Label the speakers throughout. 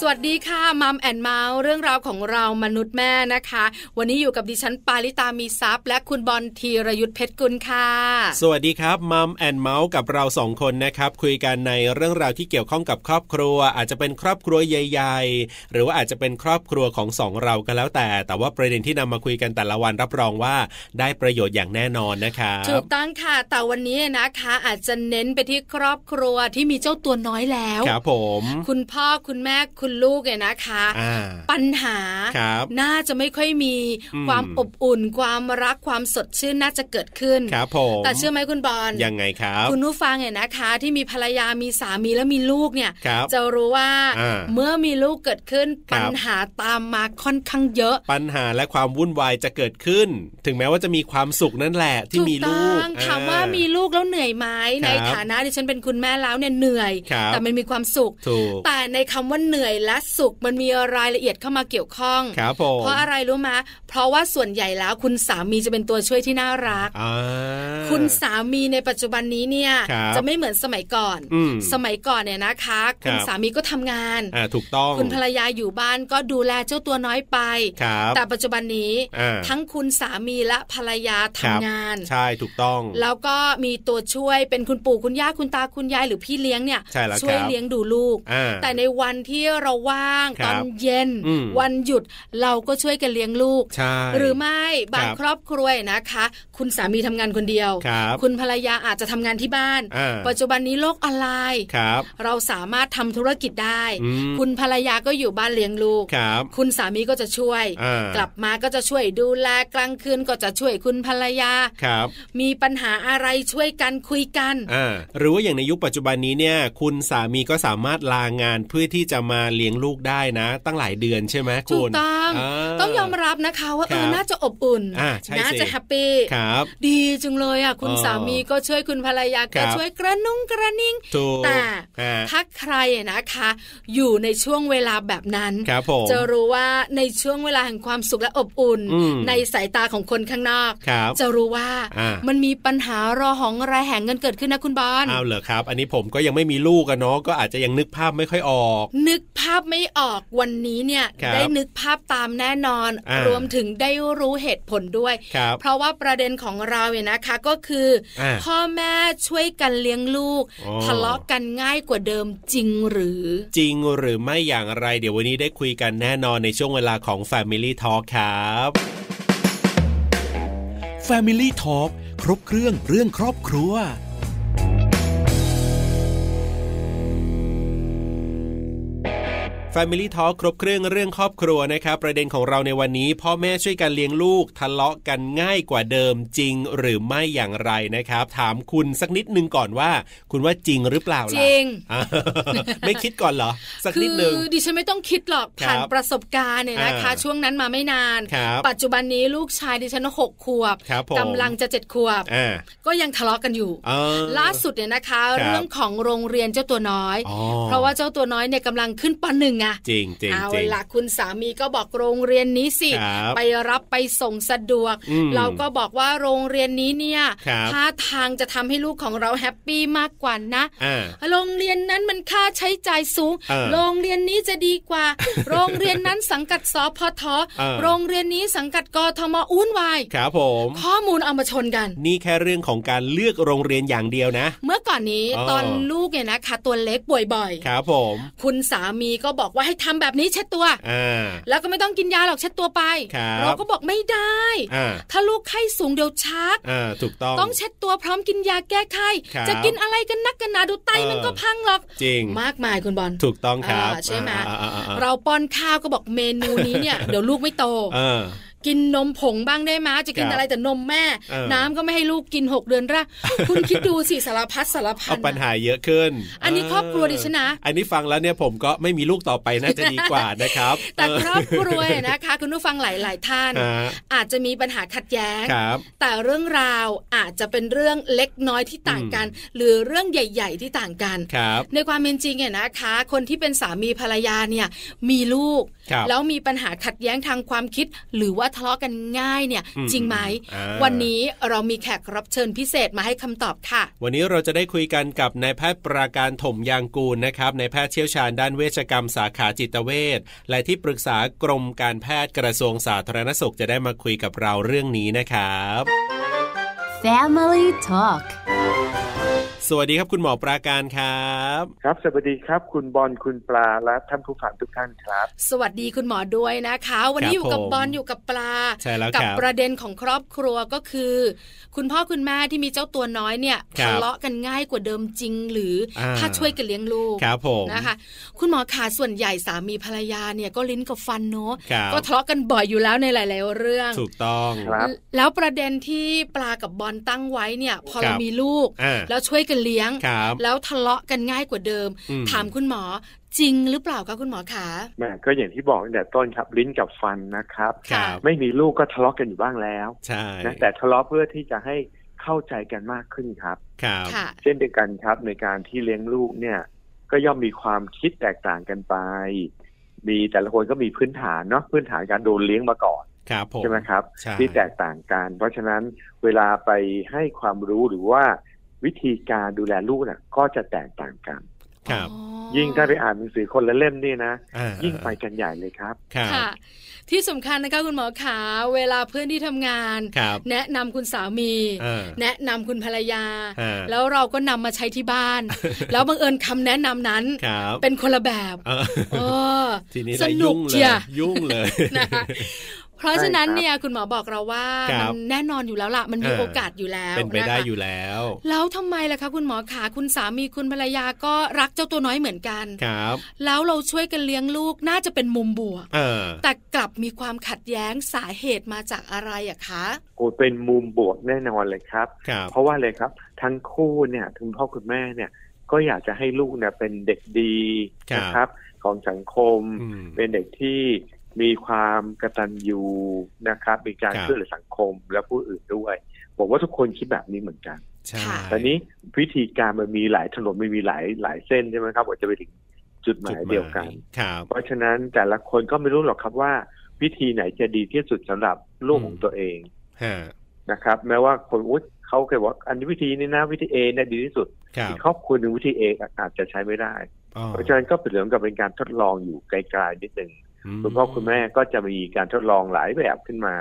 Speaker 1: สวัสดีค่ะมัมแอนเมาส์เรื่องราวของเรามนุษย์แม่นะคะ วันนี้อยู่กับดิฉันปาริตามีซัพย์ และคุณบอลธีรยุทธเพชรกุลค่ะ
Speaker 2: สวัสดีครับมัมแอนเมาส์กับเราสองคนนะครับ คุยกันในเรื่องราวที่เกี่ยวข้องกับครอบครัว อาจจะเป็นครอบครัวใหญ่ๆ หรือว่าอาจจะเป็นครอบครัวของสองเราก็แล้วแต่ แต่ว่าประเด็นที่นำมาคุยกันแต่ละวันรับรองว่าได้ประโยชน์อย่างแน่นอนนะครับ
Speaker 1: ถูกต้องค่ะแต่วันนี้นะคะ อาจจะเน้นไปที่ครอบครัวที่มีเจ้าตัวน้อยแล้ว
Speaker 2: ครับผม
Speaker 1: คุณพ่อคุณแม่คุณลูกเนี่ยนะคะ
Speaker 2: อ่า
Speaker 1: ปัญหา
Speaker 2: ครับ
Speaker 1: น่าจะไม่ค่อยมี
Speaker 2: อืม
Speaker 1: ความอบอุ่น ความรักความสดชื่นน่าจะเกิดขึ้น
Speaker 2: ครับผม
Speaker 1: แต่เชื่อไหมคุณบอล
Speaker 2: ยังไงครับ
Speaker 1: คุณผู้ฟังเนี่ยนะคะ ที่มีภรรยามีสามีและมีลูกเนี่ย
Speaker 2: ครับ
Speaker 1: จะรู้ว่า
Speaker 2: อ่า
Speaker 1: เมื่อมีลูกเกิดขึ้น
Speaker 2: ครับ
Speaker 1: ปัญหาตามมาค่อนข้างเยอะ
Speaker 2: ปัญหาและความวุ่นวายจะเกิดขึ้น ถึงแม้ว่าจะมีความสุขนั่นแหละที่
Speaker 1: ถูก
Speaker 2: มี
Speaker 1: ต้
Speaker 2: ลู
Speaker 1: อก ง
Speaker 2: อ่
Speaker 1: ถามว่ามีลูกแล้วเหนื่อยไหมในฐานะที่ฉันเป็นคุณแม่แล้วเนี่ยเหนื่อย
Speaker 2: ครับ
Speaker 1: แต่มันมีความสุข
Speaker 2: ถูก
Speaker 1: แต่ในคำว่าเหนื่อยและสุขมันมีรายละเอียดเข้ามาเกี่ยวข้อง
Speaker 2: ครับผม
Speaker 1: เพราะอะไรรู้มาเพราะว่าส่วนใหญ่แล้วคุณสามีจะเป็นตัวช่วยที่น่ารัก
Speaker 2: อ่า
Speaker 1: คุณสามีในปัจจุบันนี้เนี่ย
Speaker 2: ครับ
Speaker 1: จะไม่เหมือนสมัยก่อน
Speaker 2: อืม
Speaker 1: สมัยก่อนเนี่ยนะคะ คุณ
Speaker 2: ครับ
Speaker 1: สามีก็ทำงาน
Speaker 2: อ่าถูกต้อง
Speaker 1: คุณภรรยาอยู่บ้านก็ดูแลเจ้าตัวน้อยไป
Speaker 2: ครับ
Speaker 1: แต่ปัจจุบันนี้
Speaker 2: อ่า
Speaker 1: ทั้งคุณสามีและภรรยาทำงาน
Speaker 2: ใช่ถูกต้อง
Speaker 1: แล้วก็มีตัวช่วยเป็นคุณปู่คุณย่าคุณตาคุณยายหรือพี่เลี้ยงเนี่ย
Speaker 2: ใช่แล้วครับ
Speaker 1: ช่วยเลี้ยงดูลูก
Speaker 2: อ่า
Speaker 1: แต่ในวันที่เราว่าง
Speaker 2: ค
Speaker 1: ต
Speaker 2: รั
Speaker 1: อบ นเย็น
Speaker 2: อืม
Speaker 1: วันหยุดเราก็ช่วยกันเลี้ยงลูก
Speaker 2: ใช่
Speaker 1: หรือไม่บาง
Speaker 2: ครับ
Speaker 1: ครอบครัวนะคะ คุณสามีทำงานคนเดียว
Speaker 2: ครับ
Speaker 1: ณภรรยาอาจจะทำงานที่บ้าน
Speaker 2: อ่า
Speaker 1: ปัจจุบันนี้โลกออนไลน์
Speaker 2: ครับ
Speaker 1: เราสามารถทำธุรกิจได้
Speaker 2: อืม
Speaker 1: คุณภรรยาก็อยู่บ้านเลี้ยงลูก
Speaker 2: ครับ
Speaker 1: คุณสามีก็จะช่วย
Speaker 2: อ่าก
Speaker 1: ลับมาก็จะช่วยดูแลกลางคืนก็จะช่วยคุณภรรยา
Speaker 2: ครับ
Speaker 1: มีปัญหาอะไรช่วยกันคุยกัน
Speaker 2: อ่าหรือว่าอย่างในยุคปัจจุบันนี้เนี่ย คุณสามีก็สามารถลางานเพื่อที่จะมาเลี้ยงลูกได้นะ ตั้งหลายเดือนใช่ไหมคุณ
Speaker 1: ถูกต้อง
Speaker 2: า
Speaker 1: ต้องยอมรับนะคะว่าเออ
Speaker 2: ครับ
Speaker 1: น่าจะอบอุ่น
Speaker 2: อ่าใช่
Speaker 1: น่า
Speaker 2: สิ
Speaker 1: จะแฮปปี้
Speaker 2: ครับ
Speaker 1: ดีจังเลยอ่ะคุณ
Speaker 2: อ๋อ
Speaker 1: สามีก็ช่วยคุณภรรยา
Speaker 2: ครั
Speaker 1: ก็
Speaker 2: บ
Speaker 1: ช่วยกระนุ่งกระนิ่ง
Speaker 2: ถูก
Speaker 1: แต่
Speaker 2: อ่า
Speaker 1: ถ้าใครอะนะคะ อยู่ในช่วงเวลาแบบนั้น
Speaker 2: ครับผม
Speaker 1: จะรู้ว่าในช่วงเวลาแห่งความสุขและอบอุ่น
Speaker 2: อืม
Speaker 1: ในสายตาของคนข้างนอก
Speaker 2: ครับ
Speaker 1: จะรู้ว่า
Speaker 2: อ่ามั
Speaker 1: มันมีปัญหารอหองระแหงกันเกิดขึ้นนะคุณบอล
Speaker 2: เอาเหรอครับ อันนี้ผมก็ยังไม่มีลูกอะเนาะก็อาจจะยังนึกภาพไม่ค่อยออก
Speaker 1: นึกภาพไม่ออกวันนี้เนี่ย
Speaker 2: ครับ
Speaker 1: ได้นึกภาพตามแน่นอน
Speaker 2: อ่าร ร
Speaker 1: วมถึงได้รู้เหตุผลด้วย
Speaker 2: ครับ
Speaker 1: เพราะว่าประเด็นของเราเนี่ยนะคะก็คืออา พ่อแม่ช่วยกันเลี้ยงลูก
Speaker 2: อ๋อ
Speaker 1: ทะเลาะกันง่ายกว่าเดิมจริงหรือ
Speaker 2: จริงหรือไม่อย่างไร เดี๋ยววันนี้ได้คุยกันแน่นอนในช่วงเวลาของ Family Talk ครับ
Speaker 3: Family Talk ครบเครื่องเรื่องครอบครัว
Speaker 2: Family Talk ครบเครื่องเรื่องครอบครัวนะครับ ประเด็นของเราในวันนี้ พ่อแม่ช่วยกันเลี้ยงลูก ทะเลาะกันง่ายกว่าเดิมจริงหรือไม่อย่างไรนะครับ ถามคุณสักนิดนึงก่อนว่า คุณว่าจริงหรือเปล่า
Speaker 1: จ
Speaker 2: ล่ะ
Speaker 1: ริง
Speaker 2: อ่า ไม่คิดก่อนเหรอ สัก
Speaker 1: คื
Speaker 2: นิดนึง
Speaker 1: ดิฉันไม่ต้องคิดหรอกผ่าน
Speaker 2: ครับ
Speaker 1: ประสบการณ์เนี่ยนะคะ
Speaker 2: อ่า
Speaker 1: ช่วงนั้นมาไม่นาน
Speaker 2: ครับ
Speaker 1: ปัจจุบันนี้ลูกชายดิฉันหกขวบ
Speaker 2: ครับผม
Speaker 1: กำลังจะเจ็ดขวบ
Speaker 2: อ่า
Speaker 1: ก็ยังทะเลาะกันอยู่
Speaker 2: เออ
Speaker 1: ล่าสุดเนี่ยนะคะ
Speaker 2: ครับ
Speaker 1: เรื่องของโรงเรียนเจ้าตัวน้อย
Speaker 2: อ๋อ
Speaker 1: เพราะว่าเจ้าตัวน้อยเนี่ยกำลังขึ้นปหนึ่งอะ
Speaker 2: จริงจริง
Speaker 1: เอา
Speaker 2: จริง
Speaker 1: ล่ะคุณสามีก็บอกโรงเรียนนี้สิ
Speaker 2: ครับ
Speaker 1: ไปรับไปส่งสะดวก
Speaker 2: อืม
Speaker 1: เราก็บอกว่าโรงเรียนนี้เนี่ย
Speaker 2: ครับ
Speaker 1: ท่าทางจะทำให้ลูกของเราแฮปปี้มากกว่านะ
Speaker 2: อ่า
Speaker 1: โรงเรียนนั้นมันค่าใช้จ่ายสูง
Speaker 2: เออ
Speaker 1: โรงเรียนนี้จะดีกว่า โรงเรียนนั้นสังกัดสพท
Speaker 2: เออ
Speaker 1: โรงเรียนนี้สังกัดกทมอุ้นวาย
Speaker 2: ครับผม
Speaker 1: ข้อมูลเอามาชนกัน
Speaker 2: นี่แค่เรื่องของการเลือกโรงเรียนอย่างเดียวนะ
Speaker 1: เมื่อก่อนนี้
Speaker 2: อ๋อ
Speaker 1: ตอนลูกเนี่ยนะคะตัวเล็กป่วยบ่อย
Speaker 2: ครับผม
Speaker 1: คุณสามีก็บอกว่าให้ทำแบบนี้เช็ดตัว
Speaker 2: อ่า
Speaker 1: แล้วก็ไม่ต้องกินยาหรอกเช็ดตัวไป
Speaker 2: ครับ
Speaker 1: เราก็บอกไม่ได้
Speaker 2: อ่า
Speaker 1: ถ้าลูกไข้สูงเดี๋ยวชัก
Speaker 2: อ่า ถูกต้อง
Speaker 1: ต้องเช็ดตัวพร้อมกินยาแก้ไข้
Speaker 2: ครับ
Speaker 1: จะกินอะไรกันนักกันหนาดูไต
Speaker 2: เออ
Speaker 1: มันก็พังหรอก
Speaker 2: จริง
Speaker 1: มากมายคุณบอล
Speaker 2: ถูกต้องครับ
Speaker 1: อ่าใช่ไหม
Speaker 2: อ่าอ่าอ่าอ่า
Speaker 1: เราป้อนข้าวก็บอกเมนูนี้เนี่ย เดี๋ยวลูกไม่โต
Speaker 2: เออ
Speaker 1: กินนมผงบ้างได้ไหมยจะกิน
Speaker 2: ครับ
Speaker 1: อะไรแต่นมแม่
Speaker 2: เออ
Speaker 1: น้ำก็ไม่ให้ลูกกินหกเดือนแรกคุณคิดดูสิสารพัดสารพั
Speaker 2: เอา
Speaker 1: น
Speaker 2: ปัญหาเยอะขึ้น
Speaker 1: อันนี้ครอบครัวดิฉันนะ
Speaker 2: อันนี้ฟังแล้วเนี่ยผมก็ไม่มีลูกต่อไปน่าจะดีกว่านะครับ
Speaker 1: แต่
Speaker 2: เ
Speaker 1: ครอบครัวเนี่ยนะคะ คุณผู้ฟังหลาย ๆ ท่าน
Speaker 2: ฮะ
Speaker 1: อาจจะมีปัญหาขัดแย้ง
Speaker 2: ครับ
Speaker 1: แต่เรื่องราวอาจจะเป็นเรื่องเล็กน้อยที่ต่างกัน หรือเรื่องใหญ่ ๆ ที่ต่างกัน
Speaker 2: ครับ
Speaker 1: ในความเป็นจริงเนี่ยนะคะ คนที่เป็นสามีภรรยาเนี่ยมีลูก
Speaker 2: ครับ
Speaker 1: แล้วมีปัญหาขัดแย้งทางความคิด หรือว่า ทะเลาะกันง่ายเนี่ย
Speaker 2: อืม
Speaker 1: จริงไหม
Speaker 2: อ่า
Speaker 1: วันนี้เรามีแขกรับเชิญพิเศษมาให้คำตอบค่ะ
Speaker 2: วันนี้เราจะได้คุยกันกับนายแพทย์ปราการถมยางกูลนะครับนายแพทย์เชี่ยวชาญด้านเวชกรรมสาขาจิตเวชและที่ปรึกษากรมการแพทย์กระทรวงสาธารณสุขจะได้มาคุยกับเราเรื่องนี้นะครับ
Speaker 4: Family Talk
Speaker 2: สวัสดีครับคุณหมอปราการครับ
Speaker 5: ครับ สวัสดีครับ คุณบอล คุณปลา และท่านผู้ฟังทุกท่านครับ
Speaker 1: สวัสดีคุณหมอด้วยนะคะ วันนี้อยู่กับบอลอยู่กับปลา
Speaker 2: ใช่แล้ว
Speaker 1: กั
Speaker 2: ครับ
Speaker 1: ประเด็นของครอบครัวก็คือ คุณพ่อคุณแม่ที่มีเจ้าตัวน้อยเนี่ย
Speaker 2: ครั
Speaker 1: ทะ
Speaker 2: บ
Speaker 1: เลาะกันง่ายกว่าเดิมจริง หรืออา ถ้าช่วยกันเลี้ยงลูก
Speaker 2: ครับผม
Speaker 1: นะคะ คุณหมอขาส่วนใหญ่สามีภรรยาเนี่ยก็ลิ้นกับฟันเนาะ
Speaker 2: ครับ
Speaker 1: ก็ทะเลาะกันบ่อยอยู่แล้วในหลาย ๆ เรื่อง
Speaker 2: ถูกต้อง
Speaker 5: ครับ
Speaker 1: แล้วประเด็นที่ปลากับบอลตั้งไว้เนี่ย พอ
Speaker 2: ครั
Speaker 1: เรา
Speaker 2: บ
Speaker 1: มีลูก
Speaker 2: อ่า
Speaker 1: แล้วช่วยกันเลี้ยง
Speaker 2: ครับ
Speaker 1: แล้วทะเลาะกันง่ายกว่าเดิม
Speaker 2: อืม
Speaker 1: ถามคุณหมอจริงหรือเปล่าคะคุณหมอขา
Speaker 5: แหม่ก็อย่างที่บอกตั้งแต่ต้นครับลิ้นกับฟันนะครับ
Speaker 2: ค
Speaker 1: ค่ะ
Speaker 2: รับ
Speaker 5: ไม่มีลูกก็ทะเลาะกันอยู่บ้างแล้ว
Speaker 2: ใช่
Speaker 5: นะแต่ทะเลาะเพื่อที่จะให้เข้าใจกันมากขึ้นครับ
Speaker 2: ครับ
Speaker 1: ค่ะ
Speaker 5: เช่นเดียวกันครับในการที่เลี้ยงลูกเนี่ย ก็ย่อมมีความคิดแตกต่างกันไป มีแต่ละคนก็มีพื้นฐานเนาะพื้นฐานการโดนเลี้ยงมาก่อน
Speaker 2: ครับผม
Speaker 5: ใช่ไหมครับ
Speaker 2: ใช่
Speaker 5: ที่แตกต่างกัน เพราะฉะนั้นเวลาไปให้ความรู้หรือว่าวิธีการดูแลลูกน่ะก็จะแตกต่างกัน
Speaker 2: ครับ
Speaker 1: อ๋อ
Speaker 5: ยิ่งถ้าไปอ่านหนังสือคนละเล่มนี่นะ
Speaker 2: อ่า
Speaker 5: ยิ่งไปกันใหญ่เลยครับ
Speaker 2: ครับ
Speaker 1: ค่ะ ที่สำคัญนะคะคุณหมอขาเวลาเพื่อนที่ทำงาน
Speaker 2: ครับ
Speaker 1: แนะนำคุณสามี
Speaker 2: อ่า
Speaker 1: แนะนำคุณภรรยา
Speaker 2: อ่า
Speaker 1: แล้วเราก็นำมาใช้ที่บ้าน แล้วบังเอิญคำแนะนำนั้น
Speaker 2: ครับ
Speaker 1: เป็นคนละแบบ
Speaker 2: เออ
Speaker 1: เออ
Speaker 2: ทีนี้
Speaker 1: ส
Speaker 2: ได้
Speaker 1: นุ
Speaker 2: ยุ่
Speaker 1: ก
Speaker 2: งเล
Speaker 1: เชี
Speaker 2: ย
Speaker 1: ย
Speaker 2: ยุ่งเลย
Speaker 1: นะคะเพราะฉะนั้น
Speaker 5: ใช่ครับ
Speaker 1: เนี่ยคุณหมอบอกเราว่า
Speaker 2: ครั
Speaker 1: มั
Speaker 2: บ
Speaker 1: แน่นอนอยู่แล้วล่ะ มันมี
Speaker 2: เออ
Speaker 1: โอกาสอยู่แล้ว
Speaker 2: เป็นไปได้
Speaker 1: ะคะ
Speaker 2: อยู่แล้ว
Speaker 1: แล้วทำไมล่ะคะคุณหมอขาคุณสามีคุณภรรยาก็รักเจ้าตัวน้อยเหมือนกัน
Speaker 2: ครับ
Speaker 1: แล้วเราช่วยกันเลี้ยงลูกน่าจะเป็นมุมบวก
Speaker 2: เออ
Speaker 1: แต่กลับมีความขัดแย้งสาเหตุมาจากอะไรอะคะ
Speaker 5: โอ้เป็นมุมบวกแน่นอนเลยครับ
Speaker 2: ครับ
Speaker 5: เพราะว่าเลยครับ ทั้งคู่เนี่ยทั้งพ่อคุณแม่เนี่ย ก็อยากจะให้ลูกเนี่ยเป็นเด็กดี
Speaker 2: ครับ
Speaker 5: นะครับ ของสังคม
Speaker 2: อืม
Speaker 5: เป็นเด็กที่มีความกระตันยูนะครับ มีการ
Speaker 2: ครับ
Speaker 5: ช่วยเหลือสังคมและผู้อื่นด้วยผมว่าทุกคนคิดแบบนี้เหมือนกัน
Speaker 2: ใช่
Speaker 1: ค่ะ
Speaker 5: ตอนนี้วิธีการมันมีหลายถนนมันมีหลายหลายเส้นใช่ไหมครับกว่าจะไปถึงจุด
Speaker 2: จุ
Speaker 5: หมายเดียวกัน
Speaker 2: ครับ
Speaker 5: เพราะฉะนั้นแต่ละคนก็ไม่รู้หรอกครับว่า วิธีไหนจะดีที่สุดสำหรับลูก
Speaker 2: อืม
Speaker 5: ของตัวเอง
Speaker 2: ฮะ
Speaker 5: นะครับ แม้ว่าคนอุ๊ยเขาเคยบอกว่าอันนี้วิธีนี้นะวิธีเอเนี่ยดีที่สุด
Speaker 2: ครับ
Speaker 5: อีกครอบครัวหนึ่งวิธีเออาจจะใช้ไม่ได้
Speaker 2: อ๋อ
Speaker 5: เพราะฉะนั้นก็เป็นเรื่องกับเป็นการทดลองอยู่ไกลๆนิดหนึ่ง
Speaker 2: ม
Speaker 5: คุณพ่อคุณแม่ก็จะมีการทดลองหลายแบบขึ้นมา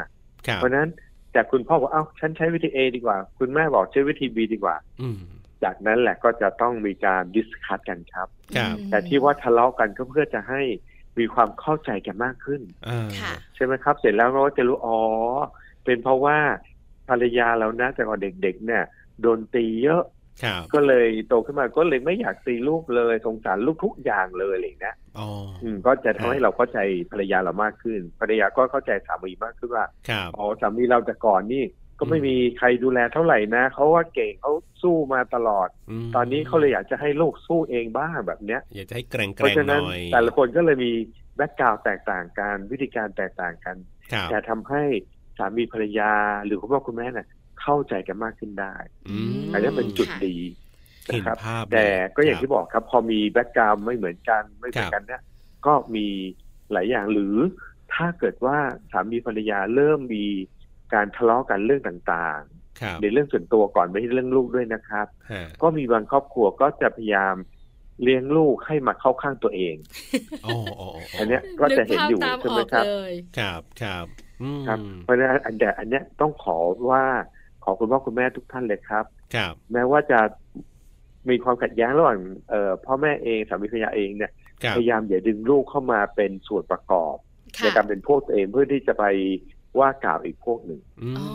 Speaker 2: ครับ
Speaker 5: เพราะฉะนั้นแต่คุณพ่อบอกเอ้าฉันใช้วิธี A ดีกว่า คุณแม่บอกใช้วิธี B ดีกว่า
Speaker 2: อืม
Speaker 5: จากนั้นแหละก็จะต้องมีการดิสคัตกันครับ
Speaker 2: ครับ
Speaker 1: อืม
Speaker 5: แต่ที่ว่าทะเลาะกันก็เพื่อจะให้มีความเข้าใจกันมากขึ้น
Speaker 2: เออ
Speaker 1: ค่ะ
Speaker 5: ใช่ไหมครับ เสร็จแล้วเราก็จะรู้อ๋อเป็นเพราะว่าภรรยาเรานะแต่ก่อนเด็กๆ เนี่ยโดนตีเยอะ
Speaker 2: ครับ
Speaker 5: ก็เลยโตขึ้นมาก็เลยไม่อยากตีลูกเลยสงสารลูกทุกอย่างเลยอะไรอย่างเงี้ย
Speaker 2: อ๋อ
Speaker 5: อืมก็จะทำให้เราเข้าใจภรรยาเรามากขึ้น ภรรยาก็เข้าใจสามีมากขึ้นว่า
Speaker 2: ครับ
Speaker 5: อ๋อสามีเราแต่ก่อนนี่ ก็ไม่มีใครดูแลเท่าไหร่นะเขาว่าเก่งเขาสู้มาตลอด
Speaker 2: ม
Speaker 5: ตอนนี้เขาเลยอยากจะให้ลูกสู้เองบ้างแบบเนี้ย
Speaker 2: อยากจะให้แกร่งๆ
Speaker 5: เพราะฉะ
Speaker 2: ห
Speaker 5: นั้น
Speaker 2: น่อย
Speaker 5: แต่ละคนก็เลยมีแบ็กกราวแตกต่างกันวิธีการแตกต่างกัน
Speaker 2: ครับ
Speaker 5: แต่ทำให้สามีภรรยาหรือคุณพ่อคุณแม่เนี่ยเข้าใจกันมากขึ้นได้
Speaker 2: อืม
Speaker 5: อันนี้เป็นจุดดี
Speaker 2: เห็
Speaker 5: นะ
Speaker 2: น
Speaker 5: ครับ
Speaker 2: ภาพ
Speaker 5: แต่ก็อย่า
Speaker 2: ค
Speaker 5: ง
Speaker 2: รับ
Speaker 5: ที่บอกครับ พอมีแบ็กกราวไม่เหมือนกันไม่เหมือนกันเนี่ยก็มีหลายอย่างหรือถ้าเกิดว่าสามีภรรยาเริ่มมีการทะเลาะกันเรื่องต่าง
Speaker 2: ครับ
Speaker 5: ๆ ในเรื่องส่วนตัวก่อนไม่ใช่เรื่องลูกด้วยนะครับ
Speaker 2: ฮะ
Speaker 5: ก็มีบางครอบครัวก็จะพยายามเลี้ยงลูกให้มาเข้าข้างตัวเอง
Speaker 2: อ๋ออ๋ออ๋ออ
Speaker 5: อันเนี้ยก็จะเห็นอยู่
Speaker 1: ภาพตาม
Speaker 5: ใช่
Speaker 1: อ
Speaker 5: ไหม
Speaker 1: อก
Speaker 5: ครับ
Speaker 1: เลย
Speaker 2: ครับครับอืม
Speaker 5: ครับ เพราะฉะนั้นอันเดียอันเนี้ยต้องขอว่าขอคุณพ่อคุณแม่ทุกท่านเลยครับ
Speaker 2: ครับ
Speaker 5: แม้ว่าจะมีความขัดแย้งระหว่างเอ่อพ่อแม่เองสามีภรรยาเองเนี่ย
Speaker 2: ครับ
Speaker 5: พยายามอย่าดึงลูกเข้ามาเป็นส่วนประกอบใน
Speaker 1: ค่ะ
Speaker 5: การเป็นพวกตัวเองเพื่อที่จะไปว่ากล่าวอีกพวกหนึ่ง
Speaker 2: อืม
Speaker 1: อ๋อ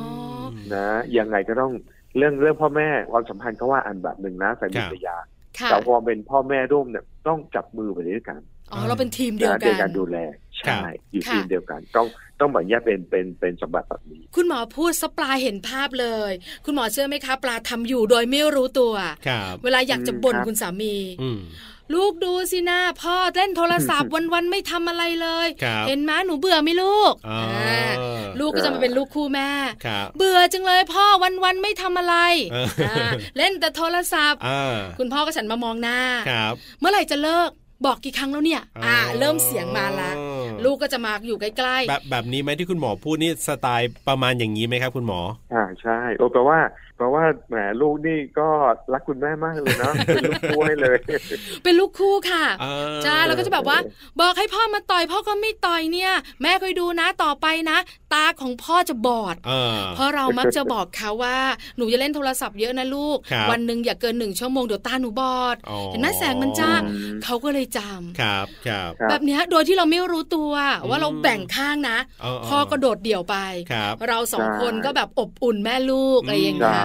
Speaker 5: นะยังไงก็ต้องเรื่องเรื่องพ่อแม่ความสัมพันธ์ก็ว่าอันแบบหนึ่งนะสามี
Speaker 2: ครับ
Speaker 5: ภรรยา
Speaker 1: ค่ะ
Speaker 5: แต่ความเป็นพ่อแม่ร่วมเนี่ยต้องจับมือไปด้วยกัน
Speaker 1: อ๋อเราเป็นทีมเดียว
Speaker 5: ใน
Speaker 1: กั
Speaker 5: กาน รดูแล
Speaker 2: ครั
Speaker 5: ใช่
Speaker 2: บ
Speaker 5: อยู่
Speaker 1: ค่ะ
Speaker 5: ทีมเดียวกัน ต้องต้องแบ่งแยกเป็นเป็นเป็นสมบัติแบบนี้
Speaker 1: คุณหมอพูดสปลาเห็นภาพเลย คุณหมอเชื่อไหมคะ ปลาทำอยู่โดยไม่รู้ตัว
Speaker 2: ครับ
Speaker 1: เวลาอยากจะบ่นคุณสามี
Speaker 2: อืม
Speaker 1: ลูกดูสินะพ่อเล่นโทรศัพท์วันๆไม่ทำอะไรเลย
Speaker 2: ครับ
Speaker 1: เห็นไหมหนูเบื่อไหมลูก
Speaker 2: อ๋ออา
Speaker 1: ลูกก็จะมาเป็นลูกคู่แม่
Speaker 2: ครับ
Speaker 1: เบื่อจังเลยพ่อวันวันๆไม่ทำอะไร
Speaker 2: เอออ่
Speaker 1: าเล่นแต่โทรศัพท์
Speaker 2: อ่า
Speaker 1: คุณพ่อก็ฉันมามองหน้า
Speaker 2: ครับ
Speaker 1: เมื่อไหร่จะเลิก บอกกี่ครั้งแล้วเนี่ย
Speaker 2: อ่า
Speaker 1: อ่าเริ่มเสียงมาละลูกก็จะมาอยู่ใกล้ๆ
Speaker 2: แบบแบบนี้ไหมที่คุณหมอพูดนี่สไตล์ประมาณอย่างนี้ไหมครับ คุณหมอ
Speaker 5: อ่าใช่โอ้แปลว่าแปลว่าแหมลูกนี่ก็รักคุณแม่มากเลยเนาะ เป็นลูกกล้วยเลย
Speaker 1: เป็นลูกคู่ค่ะ
Speaker 2: อ่า
Speaker 1: จ้าแล้วก็จะแบบว่า บอกให้พ่อมาต่อย พ่อก็ไม่ต่อยเนี่ย แม่คอยดูนะต่อไปนะ ตาของพ่อจะบอด
Speaker 2: เออ
Speaker 1: เพราะเรามักจะบอกเขาว่า หนูอย่าเล่นโทรศัพท์เยอะนะลูก
Speaker 2: ครับ
Speaker 1: วันหนึ่งอย่าเกินหนึ่งชั่วโมงเดี๋ยวตาหนูบอด
Speaker 2: อ๋อ
Speaker 1: เห็นไหมแสงมันจ้า
Speaker 5: อืม
Speaker 1: เขาก็เลยจำ
Speaker 2: ครับครับ
Speaker 5: ครับ
Speaker 1: แบบเนี้ยโดยที่เราไม่รู้ตัวว่าเรา
Speaker 2: อืม
Speaker 1: แบ่งข้างนะ
Speaker 2: เเ
Speaker 1: พ่อก็โดดเดี่ยวไป
Speaker 2: ครับ
Speaker 1: เราสองคนก็แบบอบอุ่นแม่ลูกอะไรอย่าง
Speaker 5: ใช
Speaker 1: เงี้ย่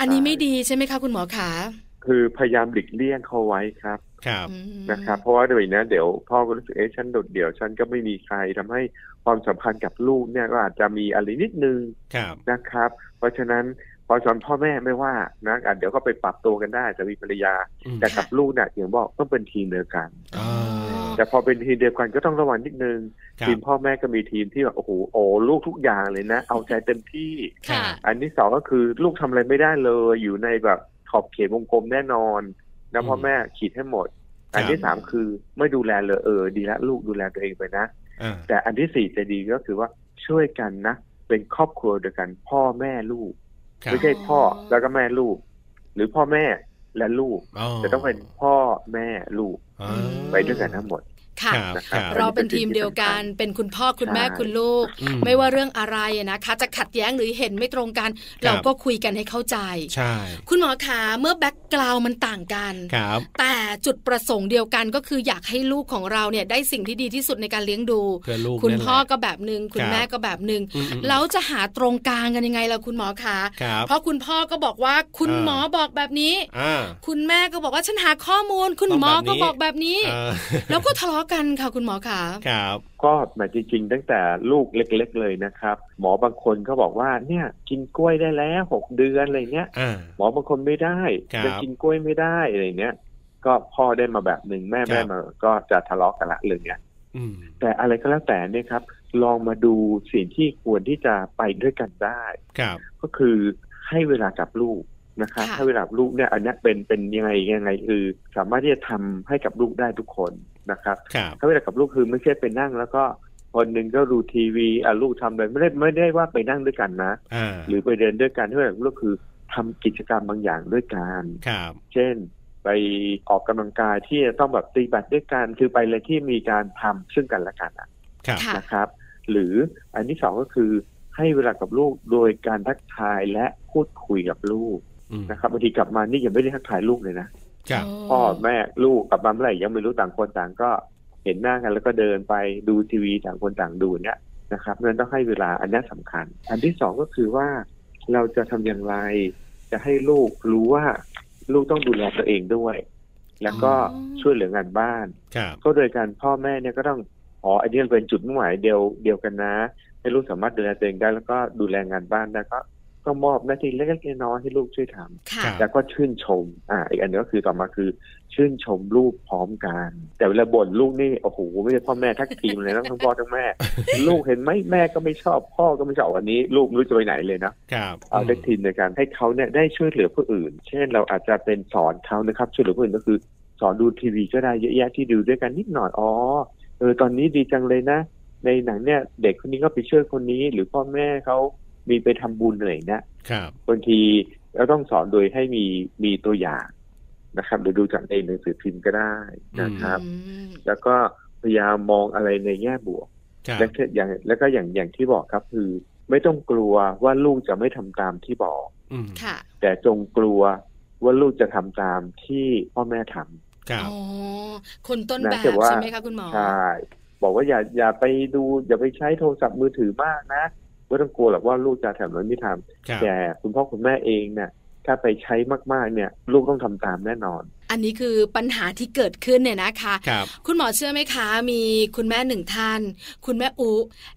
Speaker 1: อันนี้ไม่ดีใช่ไหมคะคุณหมอขา
Speaker 5: คือพยายามหลีกเลี่ยงเขาไว้ครับ
Speaker 2: ครับ
Speaker 1: อืม
Speaker 5: นะครับเพราะว่าเดี๋ยวนี้เดี๋ยวพ่อก็รู้สึกเอ๊ะฉันโดดเดี่ยวฉันก็ไม่มีใครทำให้ความสัมพันธ์กับลูกเนี่ยก็อาจจะมีอะไรนิดนึง
Speaker 2: ครับ
Speaker 5: นะครับ เพราะฉะนั้นพอสอนพ่อแม่ไม่ว่านะอ่ะเดี๋ยวก็ไปปรับตัวกันได้แต่มีภรรยา
Speaker 2: อืม
Speaker 5: แต่
Speaker 1: ค่ะ
Speaker 5: กับลูกเนี่ยอย่างบอกต้องเป็นทีมเดียวกัน
Speaker 2: อ่า
Speaker 5: แต่พอเป็นทีมเดียวกันก็ต้องระวังนิดนึง
Speaker 2: ครั
Speaker 5: ที
Speaker 2: บ
Speaker 5: มพ่อแม่ก็มีทีมที่แบบโอ้โหโอ้ลูกทุกอย่างเลยนะ เอาใจเต็มที่
Speaker 1: ค่ะ
Speaker 5: อันที่สองก็คือลูกทำอะไรไม่ได้เลยอยู่ในแบบขอบเขตวงกลมแน่นอนนะพ่อแม่ขีดให้หมด อัน
Speaker 2: ค
Speaker 5: ที่
Speaker 2: รับ
Speaker 5: สามคือไม่ดูแลเลยเออดีละลูกดูแลตัวเองไปนะ
Speaker 2: อ่า
Speaker 5: แต่อันที่สี่จะดีก็คือว่าช่วยกันนะ เป็นครอบครัวเดียวกันพ่อแม่ลูก
Speaker 2: ครับ
Speaker 5: ไม่ใช่พ่อแล้วก็แม่ลูก หรือพ่อแม่และลูก แต่ต้องเป็นพ่อแม่ลูก
Speaker 2: อ่า
Speaker 5: ไปด้วยกันทั้งหมด
Speaker 1: ค่ะ
Speaker 2: ครับ
Speaker 5: นะ
Speaker 2: ค
Speaker 5: ครั
Speaker 2: รับบ
Speaker 1: เราเป็นทีมเดียวกันเป็นคุณพ่อคุณแม่
Speaker 5: ใช่
Speaker 1: คุณลูก
Speaker 2: อื
Speaker 1: ไม่ว่าเรื่องอะไรนะคะ จะขัดแย้งหรือเห็นไม่ตรงกัน
Speaker 2: ครับ
Speaker 1: เราก็คุยกันให้เข้าใจ
Speaker 2: ใช่
Speaker 1: คุณหมอขาเมื่อแบ็กกราวมันต่างกัน
Speaker 2: ครับ
Speaker 1: แต่จุดประสงค์เดียวกันก็คืออยากให้ลูกของเราเนี่ยได้สิ่งที่ดีที่สุดในการเลี้ยงดู
Speaker 2: เพื่อลูก
Speaker 1: คุณ
Speaker 2: นั่นแหละ
Speaker 1: พ่อก็แบบหนึ่งคุณ
Speaker 2: ครับ
Speaker 1: แม่ก็แบบหนึ่ง
Speaker 2: อืมอืม
Speaker 1: แล้วจะหาตรงกลางกันยังไงล่ะคุณหมอขา
Speaker 2: ครับ
Speaker 1: เพราะคุณพ่อก็บอกว่าคุณ
Speaker 2: อ่า
Speaker 1: หมอบอกแบบนี้
Speaker 2: อ่า
Speaker 1: คุณแม่ก็บอกว่าฉันหาข้อมูล คุณ
Speaker 2: ต้อง
Speaker 1: หมอ
Speaker 2: แบบนี้
Speaker 1: ก็บอกแบบนี้
Speaker 2: อ่า
Speaker 1: แล้วก็ทะเลาะกันค่ะคุณหมอขา
Speaker 2: ครับ
Speaker 5: ก็แหมจริงๆ ตั้งแต่ลูกเล็ก ๆ เลยนะครับ หมอบางคนเขาบอกว่าเนี่ยกินกล้วยได้แล้วหกเดือนอะไรเงี้ย
Speaker 2: อ่า
Speaker 5: หมอบางคนไม่ได้
Speaker 2: ครับ
Speaker 5: จะกินกล้วยไม่ได้อะไรเงี้ยก็พ่อได้มาแบบหนึ่งแม่
Speaker 2: ครั
Speaker 5: แม่
Speaker 2: บ
Speaker 5: มาก็จะทะเลาะกันละเรื่องเนี้ย
Speaker 2: อืม
Speaker 5: แต่อะไรก็แล้วแต่เนี่ยครับ ลองมาดูสิ่งที่ควรที่จะไปด้วยกันได้
Speaker 2: ครับ
Speaker 5: ก็คือให้เวลากับลูกนะคะ
Speaker 1: ค่ะ
Speaker 5: ให้เวลากับลูกเนี่ยอันเนี้ยเป็นเป็นยังไงยังไงคือ สามารถที่จะทำให้กับลูกได้ทุกคนนะครับ
Speaker 2: ครับ
Speaker 5: ให้เวลากับลูกคือไม่ใช่ไปนั่ง แล้วก็คนหนึ่งก็ดูทีวีอ่ะลูกทำอะไรไม่ได้ไม่ได้ว่าไปนั่งด้วยกันนะ
Speaker 2: อ่า
Speaker 5: หรือไปเดินด้วยกันให้เวลากับลูกคือทำกิจกรรมบางอย่างด้วยกัน
Speaker 2: ครับ
Speaker 5: เช่น ไปออกกำลังกายที่จะต้องแบบตีแบตด้วยกันคือไปเลยที่มีการทำซึ่งกันและกันอะ
Speaker 2: ครับ
Speaker 1: ค่ะ
Speaker 5: นะครับหรืออันที่สองก็คือให้เวลากับลูกโดยการทักทายและพูดคุยกับลูก
Speaker 2: อืม
Speaker 5: นะครับบางทีกลับมานี่ยังไม่ได้ทักทายลูกเลยนะครับ พ่อแม่ลูกกลับมาเมื่อไหร่ยังไม่รู้ต่างคนต่างก็เห็นหน้ากันแล้วก็เดินไปดูทีวีต่างคนต่างดูเนี่ยนะครับเพราะฉะนั้นต้องให้เวลาอันนี้สำคัญ อันที่สองก็คือว่าเราจะทำอย่างไร จะให้ลูกรู้ว่าลูกต้องดูแลตัวเองด้วย แล้วก็
Speaker 1: อ๋อ
Speaker 5: ช่วยเหลืองานบ้าน
Speaker 2: ครับ
Speaker 5: ก็โดยการพ่อแม่เนี่ยก็ต้องอ๋ออันนี้เป็นจุดมุ่งหมายเดียวเดียวกันนะ ให้ลูกสามารถดูแลตัวเองได้แล้วก็ดูแลงานบ้านได้ก็ก็มอบหน้าที่เล็กๆน้อยๆให้ลูกช่วยทำ
Speaker 1: ค่ะ
Speaker 2: ครับ
Speaker 5: แล้วก็ชื่นชม อ่า อีกอันหนึงก็คือต่อมาคือชื่นชมลูกพร้อมกัน แต่เวลาบ่นลูกนี่โอ้โหไม่ใช่พ่อแม่ทักทีมเลยนะ ทั้งพ่อทั้งแม่ ลูกเห็นไหมแม่ก็ไม่ชอบพ่อก็ไม่ชอบวันนี้ ลูกไม่รู้จะไปไหนเลยนะครับ เอาเล็กทีมในการให้เขาเนี่ยได้ช่วยเหลือผู้อื่น เช่น เราอาจจะเป็นสอนเขานะครับช่วยเหลือผู้อื่นก็คือ สอนดูทีวีก็ได้เยอะแยะที่ดูด้วยกันนิดหน่อยอ๋อเออตอนนี้ดีจังเลยนะ ในหนังเนี่ยเด็กคนนี้ก็ไปช่วยคนนี้ หรือพ่อแม่เขามีไปทำบุญอะไรอย่างเงี้ย
Speaker 2: ครับ
Speaker 5: บางทีเราต้องสอนโดยให้มีมีตัวอย่างนะครับหรือดูจากในหนังสือพิมพ์ก็ได้นะครับ
Speaker 1: อืม
Speaker 5: แล้วก็พยายามมองอะไรในแง่บวก
Speaker 2: ครับ
Speaker 5: และอย่างแล้วก็อย่างอย่างที่บอกครับคือ ไม่ต้องกลัวว่าลูกจะไม่ทำตามที่บอก
Speaker 2: อืม
Speaker 1: ค่ะ
Speaker 5: แต่จงกลัวว่าลูกจะทำตามที่พ่อแม่ทำ
Speaker 2: ครับ
Speaker 1: อ๋อคนต้น
Speaker 5: นะ
Speaker 1: แบบ
Speaker 5: แต่ว่า
Speaker 1: ใช่ไหมคะคุณหมอ
Speaker 5: ใช่บอกว่าอย่าอย่าไปดูอย่าไปใช้โทรศัพท์มือถือมากนะไม่ต้องกลัวหรอกว่าลูกจะทำหรือไม่
Speaker 2: ครั
Speaker 5: ทำ
Speaker 2: บ
Speaker 5: แต่คุณพ่อคุณแม่เองเนี่ยถ้าไปใช้มากๆเนี่ย ลูกต้องทำตามแน่นอน
Speaker 1: อันนี้คือปัญหาที่เกิดขึ้นเนี่ยนะคะ
Speaker 2: ครับ
Speaker 1: คุณหมอเชื่อไหมคะ มีคุณแม่หนึ่งท่าน คุณแม่อุ